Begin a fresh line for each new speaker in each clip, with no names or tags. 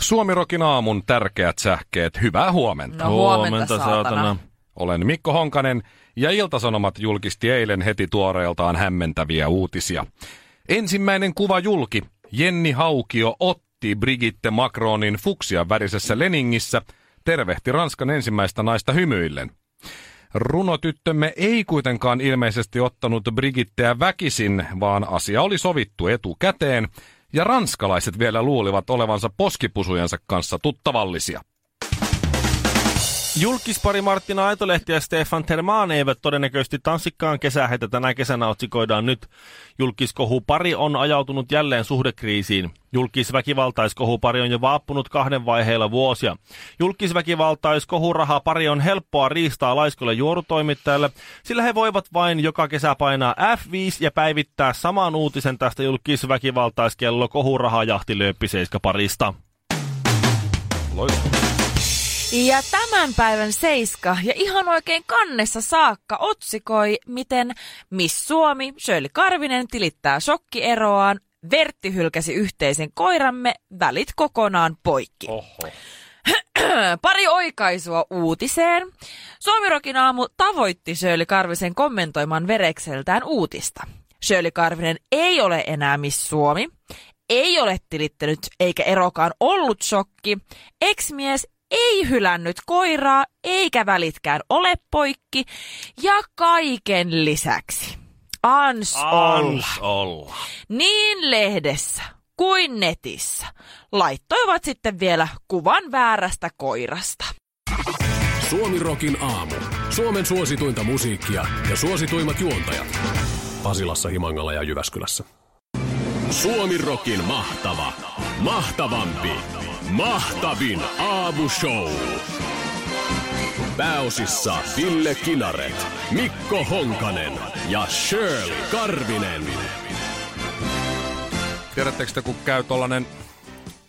Suomirokin aamun tärkeät sähkeet. Hyvää huomenta.
No huomenta, saatana.
Olen Mikko Honkanen ja Iltasanomat julkisti eilen heti tuoreeltaan hämmentäviä uutisia. Ensimmäinen kuva julki. Jenni Haukio otti Brigitte Macronin fuksia värisessä Leningissä, tervehti Ranskan ensimmäistä naista hymyillen. Runotyttömme ei kuitenkaan ilmeisesti ottanut Brigitteä väkisin, vaan asia oli sovittu etukäteen, ja ranskalaiset vielä luulivat olevansa poskipusujensa kanssa tuttavallisia.
Julkispari Martina Aitolehti ja Stefan Termaan eivät todennäköisesti tanssikkaan kesää. Heitä tänä kesänä otsikoidaan nyt. Julkiskohupari on ajautunut jälleen suhdekriisiin. Julkisväkivaltaiskohupari on jo vaappunut kahden vaiheella vuosia. Julkisväkivaltaiskohurahapari on helppoa riistaa laiskolle juorutoimittajalle, sillä he voivat vain joka kesä painaa F5 ja päivittää saman uutisen tästä julkisväkivaltaiskello kohurahajahti lööppi seiskaparista.
Loistavaa.
Ja tämän päivän Seiska ja ihan oikein kannessa saakka otsikoi, miten Miss Suomi Shirley Karvinen tilittää shokkieroaan, Vertti hylkäsi yhteisen koiramme, välit kokonaan poikki.
Oho.
Pari oikaisua uutiseen. Suomirokin aamu tavoitti Shirley Karvisen kommentoimaan verekseltään uutista. Shirley Karvinen ei ole enää Miss Suomi, ei ole tilittänyt eikä erokaan ollut shokki. Ex-mies ei hylännyt koiraa eikä välitkään ole poikki ja kaiken lisäksi. Ans olla.
Ans olla.
Niin lehdessä kuin netissä laittoivat sitten vielä kuvan väärästä koirasta.
Suomirokin aamu. Suomen suosituinta musiikkia ja suosituimmat juontajat. Pasilassa, Himangalla ja Jyväskylässä. Suomirokin mahtava, mahtavampi, mahtavin aamushow. Pääosissa Ville Kinaret, Mikko Honkanen ja Shirley Karvinen.
Tiedättekö te, kun käy tollanen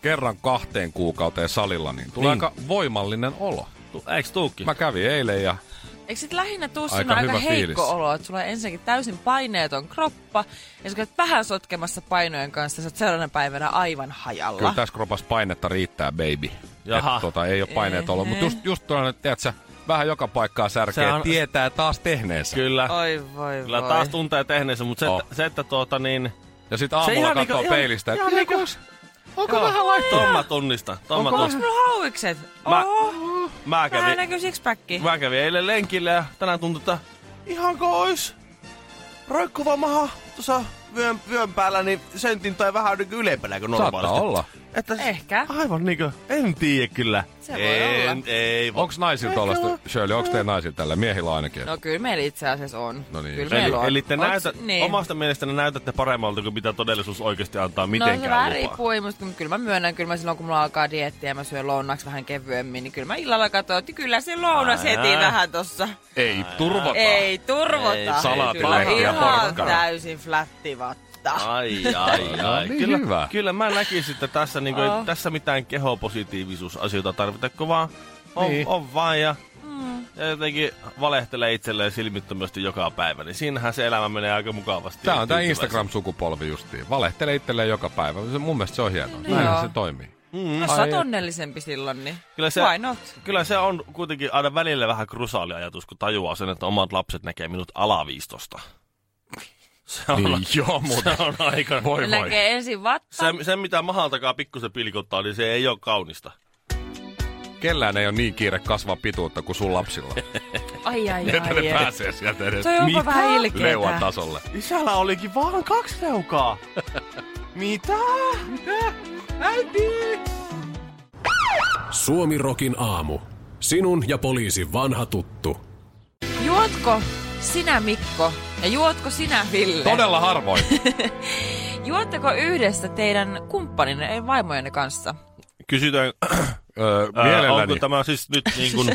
kerran kahteen kuukauteen salilla, niin tulee
Niin.
niin. aika voimallinen olo.
Tu- Eiks tuukki?
Mä kävin eilen ja
Eikö sit lähinnä tuu
Aika
aika, aika
hyvä
heikko
fiilis.
olo, että sulla on ensinnäkin täysin paineeton kroppa, ja sä käyt vähän sotkemassa painojen kanssa, sä oot seuraavana päivänä aivan hajalla.
kyllä tässä kropassa painetta riitää, baby.
Jaha.
Et, tota, ei ole paineet ollut, mutta just, just tuollainen, tiedätkö, vähän joka paikkaa
Se
särkeä,
on-
on... tietää taas tehneensä.
Kyllä.
Oi voi
Kyllä
voi.
taas tuntee tehneensä, mutta se,
Oh.
että, se, että tuota niin...
Ja sitten aamulla katsoo peilistä, että
niinku, onko joo, vähän laittaa? Tomma tunnista. Tomma
Onko
tunnista.
sulla hauikset?
Mä-
Oho,
Mä
vähän
kävin,
näkyy sixpacki.
mä kävin eilen lenkillä ja tänään tuntui, että ihanko ois roikkuva maha tuossa vyön, vyön päällä, niin sentin tai vähän niinku ylempänä kuin
Saattaa
normaalisti.
olla.
Että s-
Ehkä.
Aivan niinkö, en tiedä kyllä.
Se voi
en,
olla.
Ei, va-
Onko naisilla tuollaista, Shirley, onko teillä naisilla tällä? Miehillä ainakin.
No kyllä meillä itse asiassa on.
No niin.
Kyllä
Eli-
meillä on.
Eli te
Onks-
näytät,
niin.
omasta mielestänne näytätte paremmalta kuin mitä todellisuus oikeasti antaa
No se vähän
mitenkään lupaa.
riippuu, ei musta, mutta kyllä mä myönnän, kyllä mä silloin kun mulla alkaa dieettiä ja mä syön lounaksi vähän kevyemmin, niin kyllä mä illalla katsoin, että kyllä se lounas
Ää.
heti vähän tossa.
Ei turvata.
Ei turvota.
Ei,
kyllä
salaattilehtiä
ihan
porkkana.
täysin flättivatta.
Ai, ai,
No
ai.
niin,
kyllä,
hyvä.
kyllä mä näkisin, että tässä, niin kuin,
Joo.
tässä mitään kehopositiivisuusasioita tarvita, kun vaan on, niin.
Niin.
on vaan ja,
Mm.
ja jotenkin valehtelee itselleen silmittömästi joka päivä, niin siinähän se elämä menee aika mukavasti.
Tää
ja
on tää
tyytyväisesti.
Instagram-sukupolvi justiin. Valehtelee itselleen joka päivä. Se, mun mielestä se on hienoa.
Niin joo.
Näin se toimii.
Mm, Jos sä oot onnellisempi silloin, niin
Kyllä se-
why not?
Kyllä se on kuitenkin aina välillä vähän krusaali ajatus, kun tajuaa sen, että omat lapset näkee minut alaviistosta. Se on,
Niin, joo, muuten.
se on aika...
Voi
Ne
voi.
Näkee ensin vatsa.
Se, se, mitä mahaltakaa pikkusen pilkottaa, niin se ei ole kaunista.
Kellään ei ole niin kiire kasvaa pituutta kuin sun lapsilla.
Ai ai
Että
ai.
ne
ai.
pääsee sieltä edes
Se on jopa vähän
leuan
ilkeetä.
tasolle.
Isällä olikin vaan kaksi leukaa. Mitä?
Suomirokin aamu. Sinun ja poliisin vanha tuttu.
Juotko sinä Mikko ja juotko sinä Ville?
Todella harvoin.
Juotteko yhdessä teidän kumppaninne, ei vaimojenne kanssa?
Kysytään
Öö,
Ää, onko
mielelläni.
tämä siis nyt niin kuin,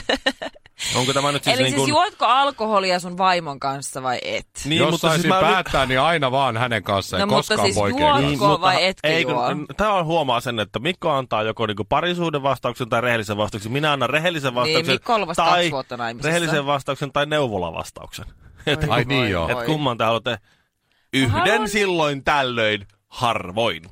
onko tämä nyt siis
Eli
niin
siis
kuin,
juotko alkoholia sun vaimon kanssa vai et?
niin,
Jos
mutta
saisin
siis mä yrit-
päättää, niin aina vaan hänen kanssaan,
No,
ei
mutta
koskaan
siis
poikien
juo-
kanssa.
Niin, Juoko vai etkö
ei, kun-
juo?
Tämä on huomaa sen, että Mikko antaa joko niinku parisuuden vastauksen tai rehellisen vastauksen. Minä annan rehellisen vastauksen
Niin, Mikko on ollut vasta kaksi
tai
vuotta naimisissa.
rehellisen vastauksen tai neuvolavastauksen. Että
Ai niin joo.
et kumman te haluatte? Yhden
haluan-
silloin tällöin harvoin.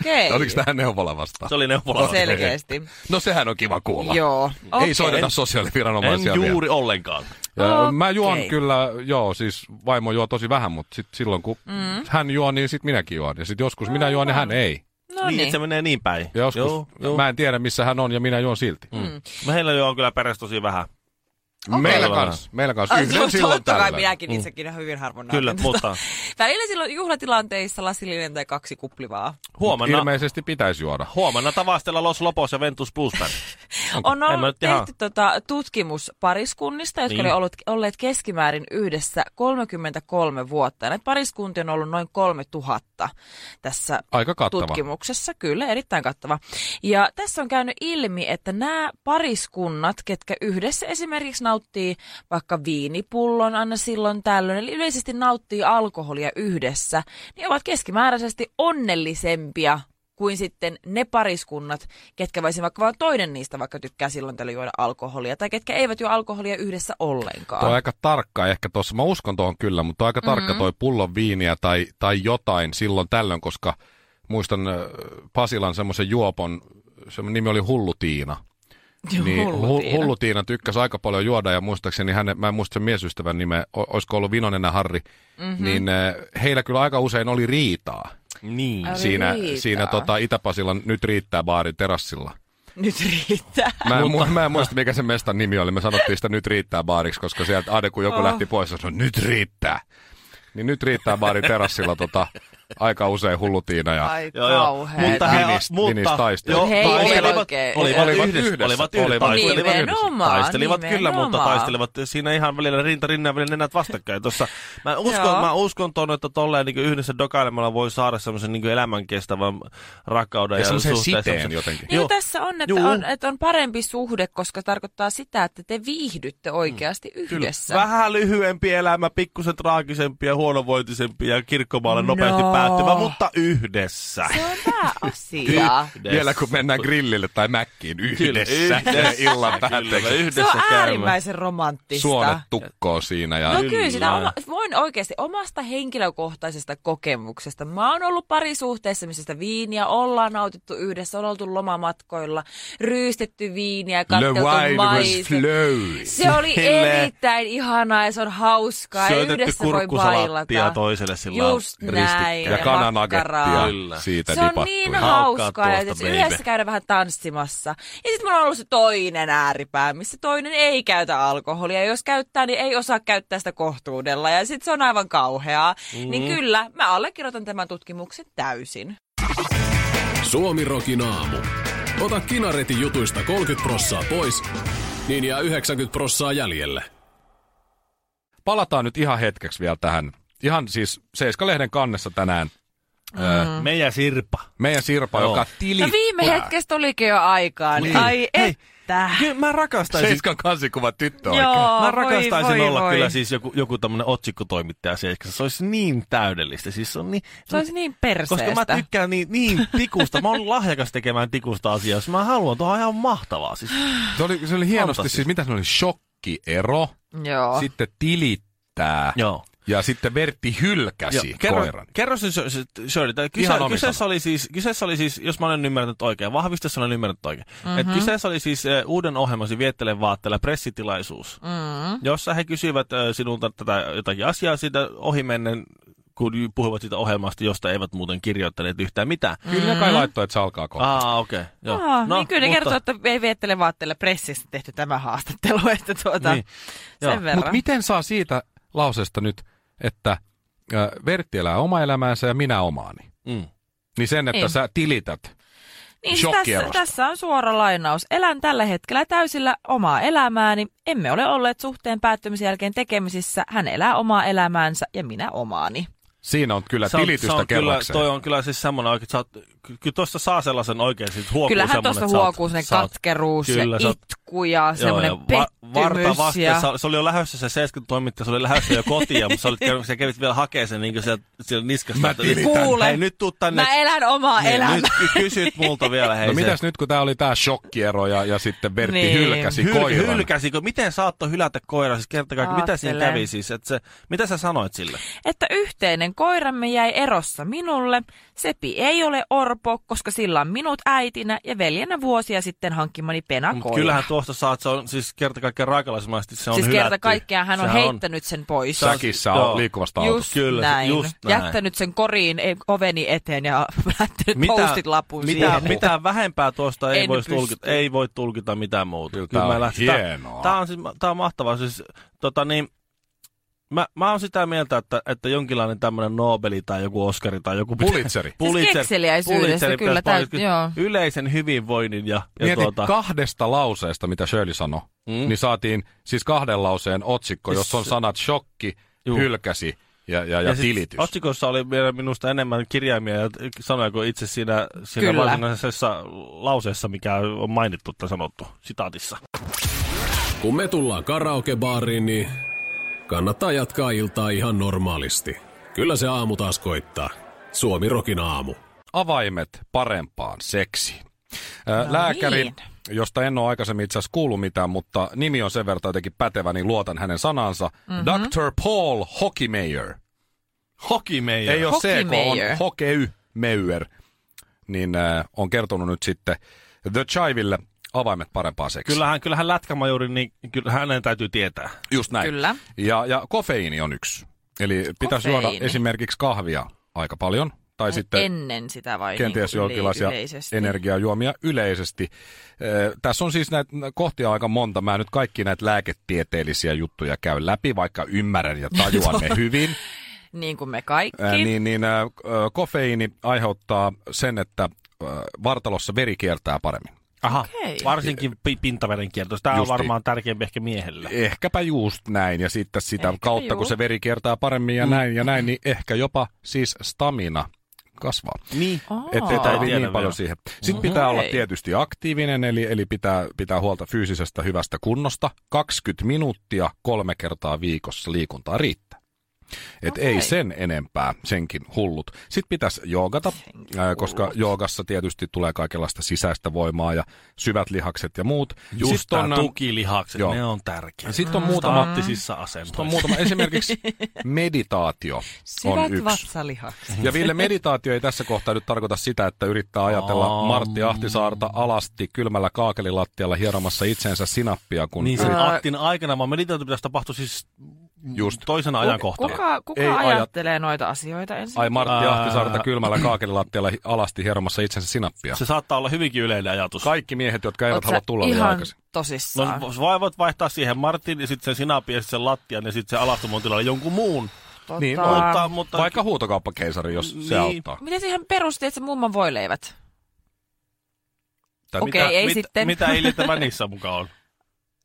Okei.
Oliko tähän neuvola vastaan?
Se oli neuvolavastaus.
Selkeästi.
No sehän on kiva kuulla.
Joo.
Ei
Okei.
soiteta
En
sosiaaliviranomaisia vielä.
juuri ollenkaan.
No
Ja Mä juon
Okei.
kyllä, joo, siis vaimo juo tosi vähän, mutta sit silloin kun mm. hän juo, niin sit minäkin juon. Ja sit joskus minä juon ja hän ei.
No
niin, että
niin.
se menee niin päin.
Ja joskus joo, joo. mä en tiedä, missä hän on ja minä juon silti. Mm.
Meillä jo on kyllä peräs tosi vähän.
Meillä
Okei.
kans, meillä kans.
Ah,
Yhden silloin
Totta kai
tällöin.
minäkin itsekin hyvin harvoin
Mm. Kyllä,
nautin.
mutta
Välillä silloin juhlatilanteissa lasillinen tai kaksi kuplivaa.
huomenna,
Ilmeisesti pitäisi juoda.
huomenna tavastella Los Lopos ja Ventus Plusberg.
On
En mä nyt
ollut
ihan-
tehty tota, tutkimus pariskunnista, jotka
Niin.
niin. oli ollut, olleet keskimäärin yhdessä 33 vuotta. Ja näitä pariskuntia on ollut noin 3000 tässä
Aika kattava.
tutkimuksessa. Kyllä, erittäin kattava. Ja tässä on käynyt ilmi, että nämä pariskunnat, ketkä yhdessä esimerkiksi nauttii vaikka viinipullon aina silloin tällöin, eli yleisesti nauttii alkoholia yhdessä, niin ovat keskimääräisesti onnellisempia kuin sitten ne pariskunnat, ketkä voisi vaikka vaan toinen niistä vaikka tykkää silloin tällöin juoda alkoholia, tai ketkä eivät juo alkoholia yhdessä ollenkaan.
Tuo on aika tarkka ehkä tuossa. Mä uskon tuohon kyllä, mutta aika tarkka toi pullon viiniä tai, tai jotain silloin tällöin, koska muistan äh, Pasilan semmoisen juopon, se nimi oli Hullu Tiina. Niin, Hullu, Tiina. Hullu Tiina tykkäsi aika paljon juoda ja muistaakseni, hänen, mä en muista sen miesystävän nimeä, o- olisiko ollut Vinonen ja Harri, mm-hmm. niin äh, heillä kyllä aika usein oli riitaa
Niin.
Oli
siinä,
riitaa.
siinä tota, Itä-Pasilan nyt riittää baarin terassilla.
Nyt riittää.
Mä en, mu- mä en muista, mikä se mestan nimi oli. Me sanottiin sitä nyt riittää baariksi, koska sieltä aina kun joku oh. lähti pois, se sanoi, nyt riittää. Niin nyt riittää baarin terassilla tota, aika usein hullutiina ja
Ai
Joo, joo.
kauheeta.
Mutta he,
Minist-
mutta,
ministaistelu.
Hei,
taistelivat,
oikein.
olivat,
Olivat
yhdessä,
yhdessä.
olivat yhdessä,
Olivat
taistelivat yhdessä.
Nimenomaan,
taistelivat kyllä, mutta
nimenomaan.
taistelivat siinä ihan välillä rinta rinnan välillä nenät vastakkain. Tuossa, mä uskon,
Joo.
mä uskon tuonne, että tolleen niin yhdessä dokailemalla voi saada semmoisen niin elämänkestävän rakkauden
ja
ja,
semmoisen
suhteen,
siteen
semmosen-
jotenkin.
Niin
Joo.
Joo. tässä on että,
Juu.
on, että on parempi suhde, koska tarkoittaa sitä, että te viihdytte oikeasti yhdessä.
Mm. Vähän lyhyempi elämä, pikkusen traagisempi ja huonovointisempi ja kirkkomaalle nopeasti
No.
päättyvä, mutta yhdessä.
Se on pääasia.
Yhdessä.
Vielä kun mennään grillille tai mäkkiin
Kyllä,
yhdessä, illan päätteeksi.
Se
yhdessä
on
käymme.
äärimmäisen romanttista.
Suonet tukkoon siinä ja
No kyllä, sitä
Kyllä.
oma, voin oikeasti omasta henkilökohtaisesta kokemuksesta. Mä oon ollut parisuhteessa, missä sitä viiniä ollaan nautittu yhdessä, on oltu lomamatkoilla, ryystetty viiniä,
the
katteltu
wine was
maisi.
flowing.
Se oli
Kyllä.
erittäin ihanaa ja se on hauskaa. ja
Syötetty
yhdessä voi
kurkkusalattia
bailata.
toiselle sillä
Just näin.
ja
Ja
kananagettia
makkaraa.
Kyllä.
siitä
se on
dipattu.
niin
Haukkaa
hauskaa, ja
tuosta,
sit
baby.
yhdessä käydä vähän tanssimassa. Ja sitten mulla on ollut se toinen ääripää, missä toinen ei käytä alkoholia. Ja jos käyttää, niin ei osaa käyttää sitä kohtuudella. Ja sitten se on aivan kauheaa. Mm. Niin kyllä, mä allekirjoitan tämän tutkimuksen täysin. No
Suomi Rokin aamu. Ota kinaretin jutuista 30 prossaa pois, niin jää 90 prossaa jäljelle.
Palataan nyt ihan hetkeksi vielä tähän. Ihan siis Seiska-lehden kannessa tänään
Meijä Sirpa.
meidän Sirpa,
Joo.
joka tili...
No viime hetkestä olikin jo aikaa. Niin.
Niin.
Ai
Hei.
että.
Kyllä mä rakastaisin,
Seiskan kansikuva tyttö oikein.
Joo,
mä rakastaisin
voi, voi,
olla
voi.
kyllä siis joku, joku tämmönen otsikkotoimittaja seiskassa. Se olisi niin täydellistä. Siis se on niin,
Se olisi niin
koska
perseestä.
mä tykkään niin, niin tikusta. Mä oon lahjakas tekemään tikusta asiaa. Jos mä haluan, tuo on ihan mahtavaa. Siis,
Se oli, se oli hienosti,
Fantastista.
siis mitä se oli, shokkiero,
Joo.
sitten tilittää
Ah. joo.
ja sitten Vertti hylkäsi
Joo,
kerro,
kerro,
koiran.
Kerro se, se, se Shirley, tää kyse,
Ihan omissa.
kyseessä, oli siis, kyseessä oli siis, jos mä olen ymmärtänyt oikein, vahvista jos olen ymmärtänyt oikein, mm-hmm.
Mhm.
että kyseessä oli siis uh, uuden ohjelmasi Viettelen vaatteella pressitilaisuus, mm-hmm. jossa he kysyivät uh, sinulta tätä jotakin asiaa siitä ohimennen, kun ju- puhuivat siitä ohjelmasta, josta eivät muuten kirjoittaneet yhtään mitään.
Kyllä ne
Mm-hmm.
kai laittoi, että se alkaa kohta.
Ah, okei. Okay, joo.
Ah, no, niin kyllä ne
mutta-
kertoo, että ei viettele vaatteella pressissä tehty tämä haastattelu, että tuota,
Niin.
niin.
Joo.
sen
Mut
verran.
Mutta miten saa siitä lauseesta nyt, että ö, Vertti elää oma elämäänsä ja minä omaani?
Mm.
Niin sen, että
Niin.
sä tilität.
Niin, siis tässä,
Shokkierosta.
tässä on suora lainaus. Elän tällä hetkellä täysillä omaa elämääni. Emme ole olleet suhteen päättymisen jälkeen tekemisissä. Hän elää omaa elämäänsä ja minä omaani.
Siinä on kyllä
Se on,
tilitystä
se on kyllä,
kerrakseen.
toi on kyllä siis semmoinen oikein, että sä oot, ky- kyllä tuossa saa sellaisen oikein, siis huokuu
Kyllähän
semmoinen,
tuosta
että sä oot-
huokuu ne
sä oot-
katkeruus
kyllä, sä
ja
oot-
itku ja semmoinen
Joo, ja
pettymys.
varta vasten,
ja...
sä- se oli jo lähdössä se 70 toimittaja, se oli lähdössä jo kotiin, mutta sä, olit käynyt, sä kävit vielä hakemaan sen niin sieltä, sieltä niskasta.
Mä
että-
tiritän.
Kuule.
Hei, nyt tuu tänne.
Mä elän omaa
Niin,
elämää.
Nyt ky- kysyt multa vielä, hei
No
se-
mitäs nyt, kun tää oli tää shokkiero ja, ja sitten Bertti
Niin.
hylkäsi
Hyl-
koiran.
hylkäsikö? Miten saattoi hylätä koira? Siis kertokaa, mitä siinä
Ajattelen.
kävi siis? Et se, mitä sä sanoit sille?
että yhteinen koiramme jäi erossa minulle. Sepi ei ole orpo, koska sillä on minut äitinä ja veljenä vuosia sitten hankkimani
Mut
penakoira.
kyllähän tuosta saat, se on siis kerta kaikkiaan raakalaismaisesti se on
siis
hylätty.
kerta kaikkiaan hän on
Sehän
heittänyt sen pois.
Säkissä
Joo.
on liikkuvasta autosta.
Just,
Kyllä, se-
näin.
just näin.
Jättänyt sen koriin e- oveni eteen ja lähtenyt
Mitä-
postit lapun
mitä,
siihen.
mitä vähempää tuosta ei,
En
voi
pysty.
tulkita, ei voi tulkita mitään muuta.
Kyllä tää
mä
on
lähtin- tää-
hienoa.
Tää on, siis, tää on mahtavaa. Siis, tota niin, mä, mä oon sitä mieltä, että, että jonkinlainen tämmöinen Nobeli tai joku Oscari tai joku... pitää-
Pulitzeri.
Siis kekseliäisyydestä
Pulitzer
kyllä
pitäisi
täyt-
palkita-
joo.
Yleisen hyvinvoinnin ja, ja
Mieti
tuota...
kahdesta lauseesta, mitä Shirley sanoi, mm. niin saatiin siis kahden lauseen otsikko,
Siis-
jossa on sanat shokki,
Juu.
hylkäsi ja, ja, ja,
sit
tilitys.
Otsikossa oli vielä minusta enemmän kirjaimia ja sanoja kuin itse siinä, siinä
Kyllä.
varsinaisessa lauseessa, mikä on mainittu tai sanottu sitaatissa.
Kun me tullaan karaokebaariin, niin kannattaa jatkaa iltaa ihan normaalisti. Kyllä se aamu taas koittaa. Suomi Rokin aamu.
Avaimet parempaan seksiin. Ö,
No
Lääkäri,
niin.
josta en ole aikaisemmin itse asiassa kuullut mitään, mutta nimi on sen verran jotenkin pätevä, niin luotan hänen sanansa.
Mhm.
Mm-hmm. Dr. Paul Hockeymeyer.
Hoki meidän.
Ei ole CK,
Hockeymeyer.
on Hokeymeyr. Niin äh, on kertonut nyt sitten The Chiville avaimet parempaan seksiin.
Kyllähän, kyllähän lätkämajuri, niin kyllä hänen täytyy tietää.
Just näin.
Kyllä.
Ja, ja kofeiini on yksi. Eli pitäisi juoda
Kofeiini.
esimerkiksi kahvia aika paljon, tai sitten
Ennen sitä vai
kenties
niin
jonkinlaisia energiajuomia yleisesti. Ö, tässä on siis näitä kohtia aika monta. Mä en nyt kaikki näitä lääketieteellisiä juttuja käy läpi, vaikka ymmärrän ja tajuan ne hyvin.
Niin kuin me kaikki.
Ää, niin, niin ää, ö, kofeiini aiheuttaa sen, että ää, vartalossa veri kiertää paremmin.
Aha,
Okei.
varsinkin pi- pintaverenkiertos. Tämä on
Justiin. Eh,
varmaan tärkeämpi ehkä miehelle.
Ehkäpä just näin, ja sitten sitä
Ehkäpä Mm.
kautta, kun
juu.
se veri kiertää paremmin ja näin ja näin, niin ehkä jopa siis stamina kasvaa.
Niin.
Ah.
Ettei
Aa.
tarvii
Tiedä
niin paljon
vielä.
siihen. Sitten pitää olla
Okei.
tietysti aktiivinen, eli, eli pitää, pitää huolta fyysisestä hyvästä kunnosta. 20 minuuttia kolme kertaa viikossa liikuntaa riittää. Et
Okei.
ei sen enempää, senkin hullut. Sitten pitäisi joogata,
Senkin
ää, koska joogassa tietysti tulee kaikenlaista sisäistä voimaa ja syvät lihakset ja muut.
Just
Sitten
tää
on,
ähm, tukilihakset,
joo.
ne on tärkeä.
Sitten on muutama-
Staattisissa
Sitten on
asennoissa.
muutama, esimerkiksi meditaatio on
Syvät
yksi.
vatsalihakset.
Ja Ville, meditaatio ei tässä kohtaa nyt tarkoita sitä, että yrittää ajatella
Aa.
Martti Ahtisaarta alasti kylmällä kaakelilattialla hieromassa itseensä sinappia, kun
Niin
yrit-
sen Attin aikana, vaan meditaatio pitäisi tapahtua siis
Just.
toisena ajankohtana.
Kuka,
Ei
kuka
ajat-
ajattelee noita asioita ensin?
Ai Martti
Ää.
Ahtisaarta kylmällä kaakelilattialla hi- alasti hieromassa itsensä sinappia.
Se saattaa olla hyvinkin yleinen ajatus.
Kaikki miehet, jotka eivät
Oot sä
halua tulla liian
ihan
aikaisin.
tosissaan.
No vai voit vaihtaa siihen Martin ja sitten sen sinapin ja sitten sen lattian ja sitten sen alastomon tilalle jonkun muun.
Tota,
Niin,
Mutta, mutta
Vaikka huutokauppakeisari, jos se
Niin.
auttaa.
Miten siihen perusti, että se mummon voi leivät?
Tai
Okei,
mitä?
ei
mit,
sitten.
Mitä iljettävää niissä mukaan on?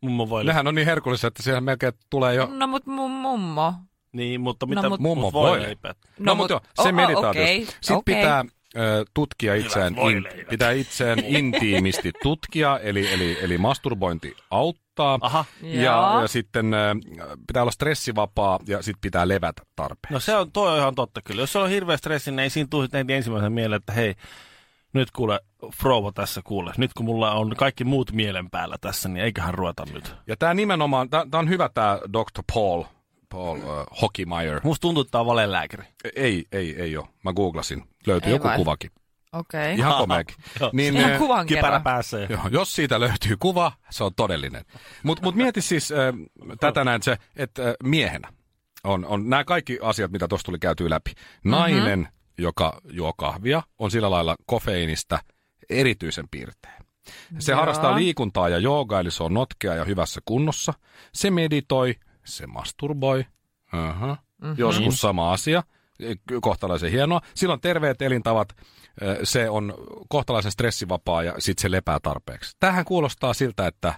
Mummo voi.
Nehän on niin herkullisia, että siellä melkein tulee jo...
No mut mun mummo.
Niin, mutta mitä
No, mut-
Mummo
mut
voi.
leipät?
No, no mutta joo, se
oo,
meditaatio.
okei,
Sitten
okei.
pitää ö, tutkia itseään,
voi
in,
leivät.
pitää itseään intiimisti tutkia, eli, eli, eli masturbointi auttaa.
Aha.
Ja,
Joo.
ja sitten ö, pitää olla stressivapaa ja sitten pitää levätä tarpeen.
No se on, toi on ihan totta kyllä. Jos se on hirveä stressi, niin ei siinä tule heti ensimmäisen mieleen, että hei, nyt kuule, Frouva tässä kuule. Nyt kun mulla on kaikki muut mielen päällä tässä, niin eiköhän ruveta nyt.
Ja tämä nimenomaan, tämä on hyvä tämä Dr. Paul, Paul uh, Hockeymeyer.
Musta tuntuu, että tämä on valelääkäri.
Ei, ei, ei ole. Mä googlasin. Löytyy
Ei
joku
vai?
kuvakin.
Okei.
Ihan komeakin.
Joo.
niin,
Ihan
ö,
kuvan
Kipärä
kerran.
pääsee.
Joo, jos siitä löytyy kuva, se on todellinen. Mutta mut mieti siis äh, tätä näin se, että äh, miehenä on, on nämä kaikki asiat, mitä tuossa tuli käytyä läpi. Nainen, mm-hmm. joka juo kahvia, on sillä lailla kofeiinista erityisen piirtein. Se
Joo.
harrastaa liikuntaa ja joogaa, eli se on notkea ja hyvässä kunnossa. Se meditoi, se masturboi, uh-huh. mm-hmm. joskus sama asia, E, kohtalaisen hienoa. Sillä on terveet elintavat, ö, se on kohtalaisen stressivapaa ja sitten se lepää tarpeeksi. Tähän kuulostaa siltä, että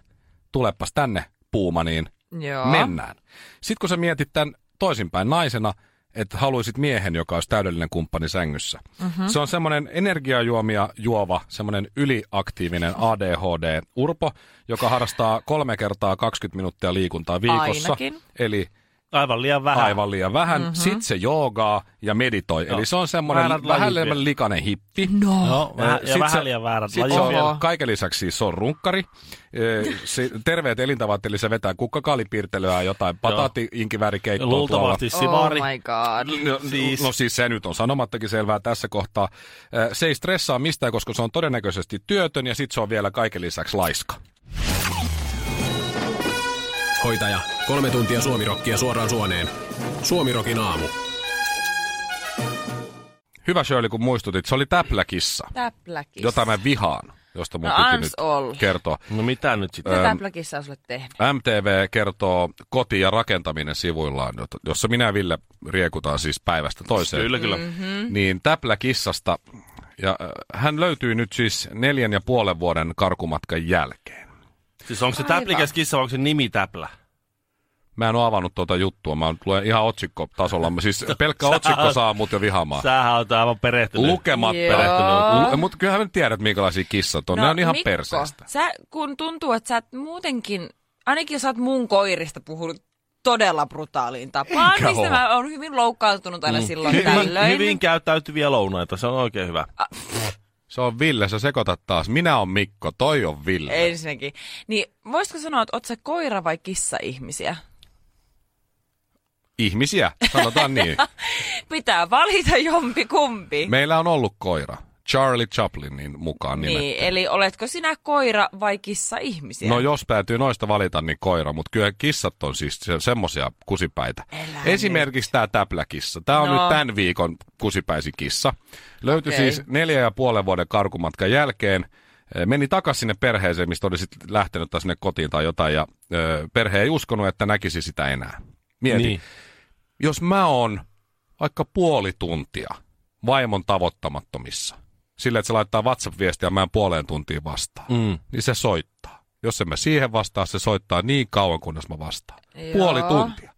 tulepas tänne puuma, niin
Joo.
mennään. Sitten kun sä mietit tämän toisinpäin naisena, että haluaisit miehen, joka olisi täydellinen kumppani sängyssä.
Mhm.
Mm-hmm. Se on semmoinen energiajuomia juova, semmoinen yliaktiivinen ADHD-urpo, joka harrastaa kolme kertaa 20 minuuttia liikuntaa viikossa.
Ainakin.
Eli
Aivan liian vähän.
aivan liian vähän. Mm-hmm. Sitten se joogaa ja meditoi. Joo. Eli se on
Mhm. Väärät
semmoinen vähän
lajit
liian
vielä.
likainen hippi.
No.
Joo,
Ja
vähän, ja
sit
vähän
se-
liian väärät
sit
lajit.
se
vielä.
on, kaiken lisäksi siis se on runkkari. Ee, Se, terveet elintavat, eli se vetää kukkakaalipiirtelyä ja jotain
Ja
patatti-inkivärikeittoa tuolla.
Luultavasti
Oh
Sivari.
my god.
No siis.
Siis-
no siis se nyt on sanomattakin selvää tässä kohtaa. Ee, Se ei stressaa mistään, koska se on todennäköisesti työtön ja sitten se on vielä kaiken lisäksi laiska.
Hoitaja, kolme tuntia suomirokkia suoraan suoneen. Suomirokin aamu.
Hyvä Shirley, kun muistutit, se oli täpläkissa,
Täpläkissä.
jota mä vihaan, josta mun
No,
piti
ans
nyt
olla.
kertoa.
No mitä nyt sitten?
ähm,
Mitä täpläkissä on sulle tehnyt?
MTV kertoo koti- ja rakentaminen sivuillaan, jota- jossa minä ja Ville riekutaan siis päivästä toiseen.
Kyllä, kyllä.
Mhm.
Mm-hmm. Niin täplä kissasta, ja äh, hän löytyy nyt siis neljän ja puolen vuoden karkumatkan jälkeen.
Siis onko se täplikäs kissa vai onko se nimi täplä?
Mä en ole avannut tuota juttua, mä luen ihan otsikkotasolla. Mä Siis pelkkä otsikko saa mut jo vihaamaan.
Sähän on aivan perehtynyt.
Lukemat
Joo.
perehtynyt. Lu- Mutta kyllähän me tiedät, minkälaisia kissat on. No, ne on ihan
Mikko,
perseestä.
Sä, kun tuntuu, että sä et muutenkin, ainakin sä oot mun koirista puhunut todella brutaaliin tapaan,
Enkä
mistä
oo. Mm.
mä oon hyvin loukkaantunut aina silloin tällöin.
hyvin käyttäytyviä lounaita, se on oikein hyvä.
Se on Ville, sä sekoitat taas. Minä on Mikko, toi on Ville.
Ensinnäkin. Niin voisitko sanoa, että oot sä koira vai kissa-ihmisiä?
Ihmisiä, sanotaan niin.
Pitää valita jompi kumpi.
Meillä on ollut koira. Charlie Chaplinin mukaan nimetty.
niin, eli oletko sinä koira vai kissa-ihmisiä?
No jos päätyy noista valita, niin koira, mutta kyllä kissat on siis se, semmosia kusipäitä.
Älä
Esimerkiksi tämä täpläkissa. Tämä on
No.
nyt tämän viikon kusipäisi kissa. Löytyi
Okei.
siis neljä ja puolen vuoden karkumatkan jälkeen. Eh, Meni takaisin sinne perheeseen, mistä oli sitten lähtenyt tai sinne kotiin tai jotain, ja ö, perhe ei uskonut, että näkisi sitä enää. Mieti, niin.
Niin.
jos mä oon vaikka puoli tuntia vaimon tavoittamattomissa, sillä että se laittaa WhatsApp-viestiä mä en puoleen tuntiin vastaan,
Mm.
niin se soittaa. Jos en mä siihen vastaa, se soittaa niin kauan, kunnes mä vastaan.
Joo.
Puoli tuntia.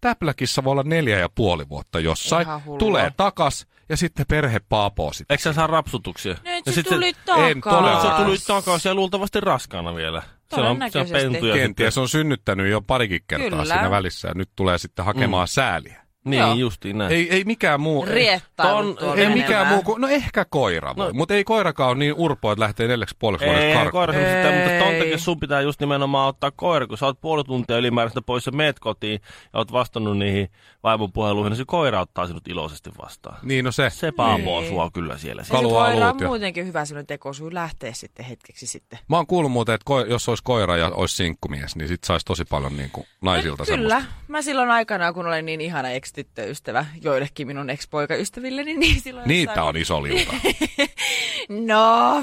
Täpläkissä voi olla neljä ja puoli vuotta jossain.
Ihan hullua.
Tulee takas ja sitten perhe paapoo sitä.
Eikö sä saa rapsutuksia?
Nyt
Ja
se
sit
tuli
en
No,
takas.
todella-
se tuli takaisin ja luultavasti raskaana vielä. Se on, se on
Todennäköisesti.
pentuja.
Kenties on synnyttänyt jo parikin kertaa
Kyllä.
siinä välissä ja nyt tulee sitten hakemaan mm. sääliä.
Niin,
Joo.
justiin näin.
Ei, ei mikään muu.
Riettailu
Ton-
tuolla
Ei
menemään.
mikään muu kuin, no ehkä koira voi, no. mutta ei koirakaan ole niin urpo, että lähtee neljäksi puoleksi vuodeksi
Ei,
karkuun.
koira sitä, mutta
Ei.
ton takia sun pitää just nimenomaan ottaa koira, kun sä oot puoli tuntia ylimääräistä pois ja meet kotiin ja oot vastannut niihin vaimon puheluihin, niin se koira ottaa sinut iloisesti vastaan.
Niin no se.
Se
Niin.
paamoo sua kyllä siellä.
Siis
Kalua
koira on
aluut ja-
muutenkin hyvä sellainen tekosyy lähteä sitten hetkeksi sitten.
Mä oon kuullut muuten, että ko- jos olisi koira ja olisi sinkkumies, niin sit saisi tosi paljon niin kuin naisilta
Eh, Kyllä.
semmoista.
Mä silloin aikanaan, kun olen niin ihana ex-tyttöystävä joillekin minun ex-poikaystävilleni, niin silloin...
Niitä
jossain-
on iso liuta.
Niin. No,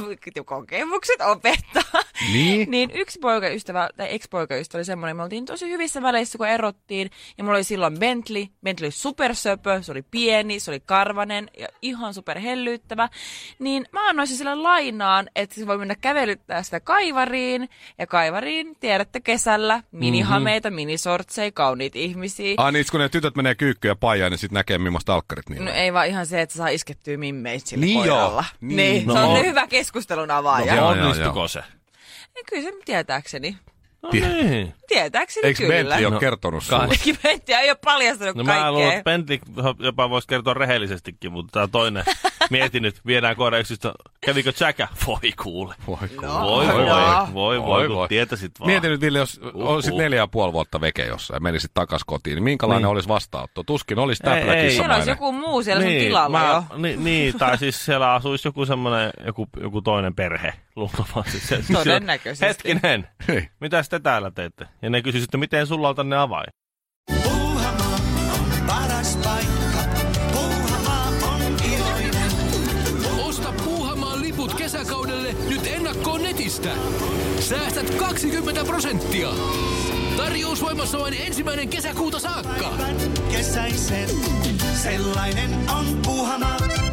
kokemukset opettaa.
niin?
Niin yksi poikaystävä, tai ex-poikaystävä oli semmoinen, me oltiin tosi hyvissä väleissä, kun erottiin. Ja mulla oli silloin Bentley. Bentley oli supersöpö, se oli pieni, se oli karvanen ja ihan superhellyttävä. Niin mä annoin sen sille lainaan, että se voi mennä kävelyttää sitä kaivariin. Ja kaivariin, tiedätte, kesällä
Mhm.
minihameita, minisortseja, kauniit ihmisiä.
Ah niin, sit kun ne tytöt menee kyykkyyn ja paijaan, niin sit näkee millaiset alkkarit niillä.
No
on.
ei vaan ihan se, että saa iskettyä mimmeit sillä
Niin joo.
koiralla.
Niin.
niin.
No
se on
on.
hyvä keskustelun
joo,
avaaja.
Ja
No,
joo, joo.
onnistuko se?
kyllä se tietääkseni.
No niin.
Tietääkseni
Eikö
kyllä.
Bentley ole
No.
kertonut
Kai.
sulle?
Kimenttiä ei ole paljastanut
No
no,
mä luulen,
kaikkea.
että Bentley jopa voisi kertoa rehellisestikin, mutta tämä toinen. Mietin nyt, viedään koira yksistä. Kävikö Jacka? Voi kuule.
Voi,
Voi voi,
Jaa.
voi voi, kun tietäisit vaan.
Mietin nyt Ville, jos
Uhuh.
olisit neljä ja puoli vuotta veke jossain ja menisit takas kotiin, niin minkälainen niin. olisi vastaanotto? Tuskin olisi
Ei, ei.
täpläkissä
Siellä olisi joku muu siellä sun tilalla jo.
Niin, ni, niin, tai siis siellä asuisi joku semmoinen, joku, joku toinen perhe luultavasti. Se- se-
Todennäköisesti.
Hetkinen,
Hei.
mitäs te täällä teette? Ja ne kysyisivät, että miten sulla on tänne avain?
Puuhamaa on paras paikka. Puuhamaa on iloinen.
Osta Puuhamaan liput kesäkaudelle nyt ennakkoon netistä. Säästät 20 prosenttia. Tarjous voimassa vain ensimmäinen kesäkuuta saakka.
Kesäisen. Sellainen on Puuhamaa.